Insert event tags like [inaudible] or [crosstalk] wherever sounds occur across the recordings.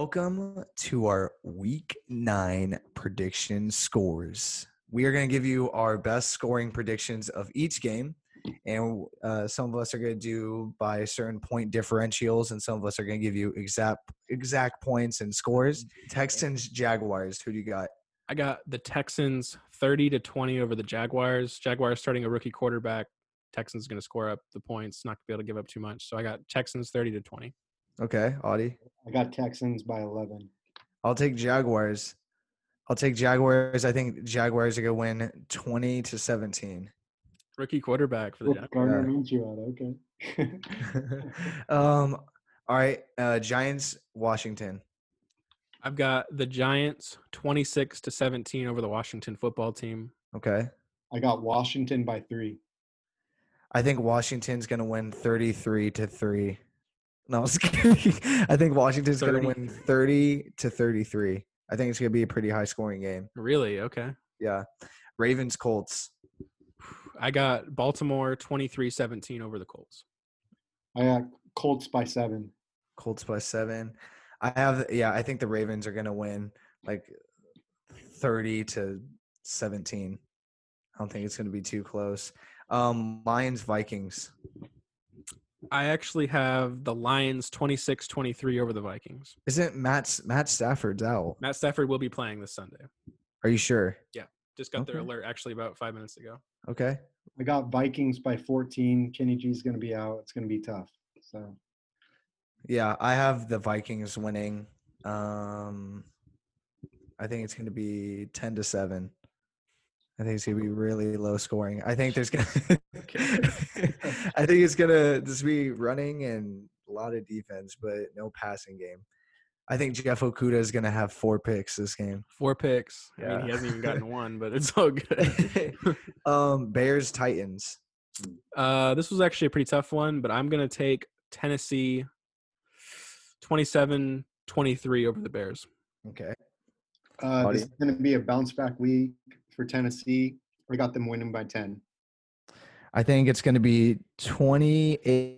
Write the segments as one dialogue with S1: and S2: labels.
S1: Welcome to our week nine prediction scores. We are going to give you our best scoring predictions of each game. And uh, some of us are going to do by certain point differentials, and some of us are going to give you exact exact points and scores. Texans, Jaguars, who do you got?
S2: I got the Texans 30 to 20 over the Jaguars. Jaguars starting a rookie quarterback. Texans going to score up the points, not going to be able to give up too much. So I got Texans 30 to 20.
S1: Okay, Audie.
S3: I got Texans by 11.
S1: I'll take Jaguars. I'll take Jaguars. I think Jaguars are going to win 20 to 17.
S2: Rookie quarterback for the
S3: Well,
S2: Jaguars.
S3: Gardner Minshew, okay.
S1: [laughs]
S3: [laughs]
S1: um, all right, uh, Giants, Washington.
S2: I've got the Giants 26 to 17 over the Washington football team.
S1: Okay.
S3: I got Washington by three.
S1: I think Washington's going to win 33 to 3. No, I'm just [laughs] kidding. I think Washington's going to
S2: 30.
S1: win 30 to 33. I think it's going to be a pretty high scoring game.
S2: Really? Okay. [sighs]
S1: Yeah. Ravens, Colts.
S2: I got Baltimore 23 17 over the Colts.
S3: I got Colts by seven.
S1: Colts plus seven. I have, yeah, I think the Ravens are going to win like 30 to 17. I don't think it's going to be too close. Um, Lions, Vikings.
S2: I actually have the Lions 26 23 over the Vikings.
S1: Isn't Matt Matt Stafford's out?
S2: Matt Stafford will be playing this Sunday.
S1: Are you sure?
S2: Just got their
S1: Okay.
S2: alert actually about five minutes ago.
S1: Okay.
S3: I got Vikings by 14. Kenny G's going to be out. It's going to be tough. So
S1: Yeah, I have the Vikings winning. Um, I think it's going to be ten to seven. I think it's going to be really low scoring. I think [laughs] there's going. to I think it's going to just be running and a lot of defense, but no passing game. I think Jeff Okuda is going to have four picks this game.
S2: Four picks. I mean,
S1: Yeah.
S2: he hasn't even
S1: [laughs]
S2: gotten one, but it's all good. [laughs]
S1: Um, Bears Titans.
S2: uh, this was actually a pretty tough one, but I'm going to take Tennessee 27 23 over the Bears.
S1: Okay.
S3: uh, this
S1: Audie?
S3: is going to be a bounce back week for Tennessee. I got them winning by 10.
S1: I think it's going to be 28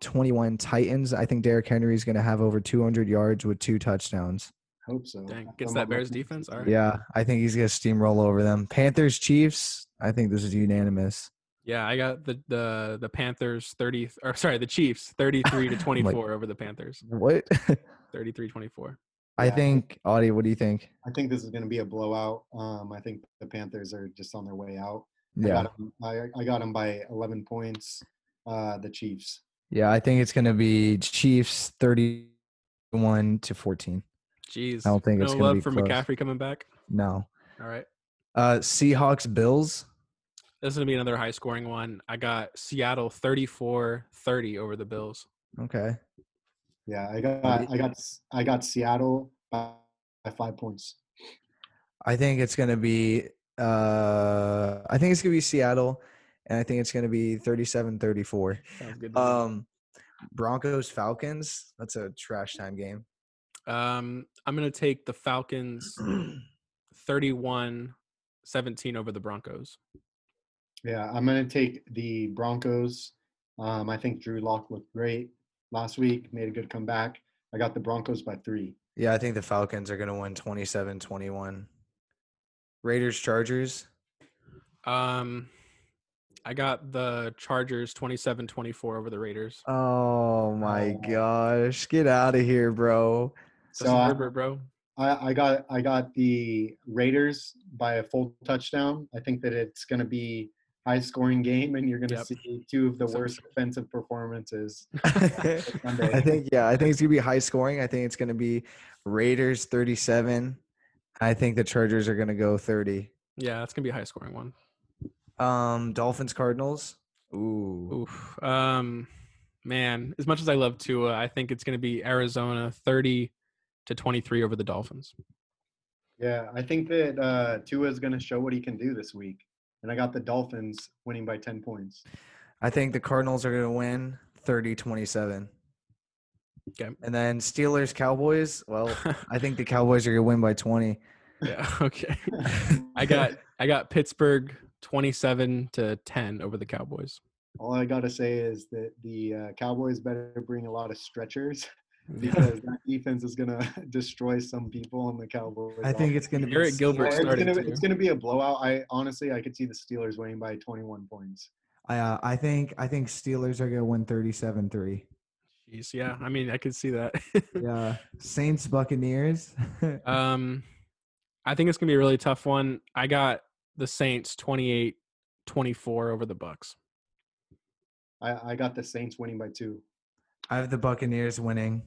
S1: 21 Titans. I think Derrick Henry is going to have over 200 yards with two touchdowns.
S3: Hope so.
S2: Dang.
S3: I'm
S2: Gets
S3: on
S2: that Bears
S3: my-
S2: defense? All right.
S1: Yeah, I think he's going to steamroll over them. Panthers, Chiefs. I think this is unanimous.
S2: Yeah, I got the the the Panthers 30 or sorry, the Chiefs
S1: [laughs]
S2: 33 to 24 over the Panthers.
S3: [laughs]
S1: What?
S2: 33-24.
S1: I
S3: Yeah.
S1: think, Audie, what do you think?
S3: I think this is going to be a blowout. Um, I think the Panthers are just on their way out. I
S1: Yeah.
S3: got 'em- I, I got them by 11 points. Uh, the Chiefs.
S1: Yeah, I think it's going to be Chiefs 31 to 14.
S2: Jeez.
S1: I don't think
S2: no
S1: it's gonna
S2: love
S1: be
S2: for
S1: close.
S2: McCaffrey coming back.
S1: No.
S2: All right.
S1: Uh, Seahawks, Bills.
S2: This is going to be another high scoring one. I got Seattle 34-30 over the Bills.
S1: Okay.
S3: Yeah, I got I got S- I got Seattle by by five points.
S1: I think it's going to be. Uh, I think it's going to be Seattle, and I think it's going to be 37 34.
S2: Sounds good. to me.
S1: Um, Broncos Falcons. That's a trash time game.
S2: um I'm going to take the Falcons 31-17 over the Broncos.
S3: Yeah, I'm gonna take the Broncos. Um, I think Drew Lock looked great last week, made a good comeback. I got the Broncos by three.
S1: Yeah, I think the Falcons are going to win 27 21. Raiders Chargers.
S2: Um I got the Chargers 27-24 over the Raiders.
S1: Oh my
S3: Oh.
S1: gosh. Get out of here, bro. [laughs]
S2: So
S3: So uh I-
S2: Herbert, bro.
S3: I, I got I got the Raiders by a full touchdown. I think that it's gonna be high scoring game, and you're gonna
S2: Yep.
S3: see two of the
S2: So-
S3: worst
S2: [laughs]
S3: offensive performances.
S1: I
S3: Sunday.
S1: think, yeah, I think it's going to be high scoring. I think it's going to be Raiders 37. I think the Chargers are going to go 30.
S2: Yeah, that's gonna be a high scoring one.
S1: Um, Dolphins Cardinals. Ooh.
S2: Oof. Um, man, as much as I love Tua, I think it's gonna be Arizona thirty to twenty three over the Dolphins.
S3: Yeah, I think that uh, Tua is gonna show what he can do this week, and I got the Dolphins winning by ten points.
S1: I think the Cardinals are going to win 30 27.
S2: Okay.
S1: And then Steelers Cowboys. [laughs] Well, I think the Cowboys are going to win by 20.
S2: [laughs] yeah. Okay. I got I got Pittsburgh twenty seven to ten over the Cowboys.
S3: All I gotta say is that the uh, Cowboys better bring a lot of stretchers [laughs] because that defense is gonna [laughs] destroy some people on the Cowboys.
S1: I think it's going to be
S2: Garrett
S1: s-
S2: Gilbert
S3: it's
S2: starting.
S3: gonna,
S2: too.
S3: it's gonna be a blowout. I honestly I could see the Steelers winning by 21 points.
S1: I, uh, I think I think Steelers are going to win 37-3.
S2: Jeez, yeah, I mean, I could see that.
S1: Yeah. Saints Buccaneers.
S2: [laughs]
S1: [laughs]
S2: um, I think it's gonna be a really tough one. I got the Saints 28-24 over the Bucks.
S3: I, I got the Saints winning by two.
S1: I have the Buccaneers winning,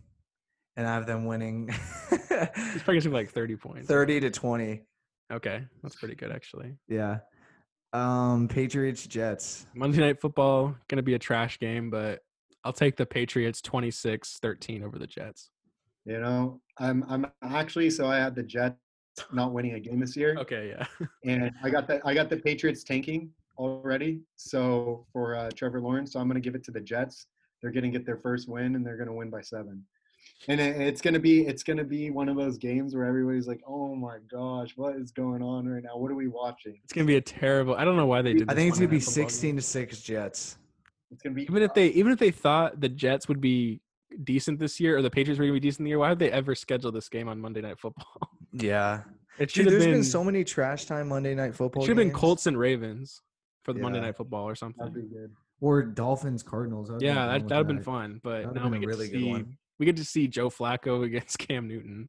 S1: and I have them winning [laughs]
S2: It's probably gonna be like 30 points.
S1: 30 to 20.
S2: Okay, that's pretty good actually.
S1: Yeah. Um, Patriots Jets.
S2: Monday Night Football gonna be a trash game, but I'll take the Patriots 26-13 over the Jets.
S3: You know, I'm I'm actually so I had the Jets not winning a game this year,
S2: Okay, yeah. [laughs]
S3: and I got the I got the Patriots tanking already. So for uh, Trevor Lawrence, so I'm gonna give it to the Jets. They're gonna get their first win, and they're gonna win by seven. And it, it's gonna be it's gonna be one of those games where everybody's like, "Oh my gosh, what is going on right now? What are we watching?"
S2: It's gonna be a terrible. I don't know why they did.
S1: I
S2: this
S1: think it's
S2: Monday
S1: gonna be
S2: Night Football game.
S1: 16 to six Jets.
S3: It's gonna be
S2: Even
S3: [laughs]
S2: if they even if they thought the Jets would be decent this year or the Patriots were gonna be decent the year, why would they ever schedule this game on Monday Night Football?
S1: Yeah.
S2: It should
S1: Dude,
S2: have
S1: there's
S2: been,
S1: been, so many trash time Monday night football.
S2: should have been
S1: games.
S2: Colts and Ravens for the Monday
S1: Yeah.
S2: Night Football or
S3: that'd be
S2: something.
S3: good.
S1: or Dolphins Cardinals. I would've been
S2: Yeah,
S1: down
S2: that
S1: with
S2: that'd have been fun. But
S1: That would've
S2: now
S1: been
S2: we
S1: a
S2: get
S1: really
S2: to
S1: good
S2: see
S1: one.
S2: we get to see Joe Flacco [laughs] against Cam Newton.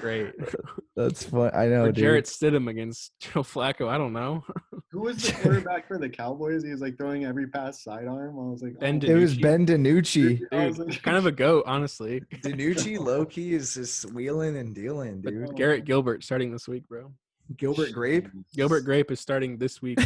S2: Great.
S1: [laughs] That's fun. I know,
S2: or
S1: dude.
S2: Jarrett Stidham against [laughs] Joe Flacco. I don't know. [laughs]
S3: Who was the quarterback for the Cowboys? He was like throwing every pass sidearm. I was like, "Oh
S2: Ben
S1: it was
S2: DiNucci.
S1: Ben DiNucci.
S3: [laughs] I was
S2: Dude,
S3: like-
S2: kind of a goat,
S1: [laughs]
S2: honestly.
S1: DiNucci low key is just wheeling and dealing,
S2: But
S1: dude.
S2: Garrett Gilbert starting this week, bro.
S1: [laughs] Gilbert Grape.
S2: Gilbert Grape is starting this week.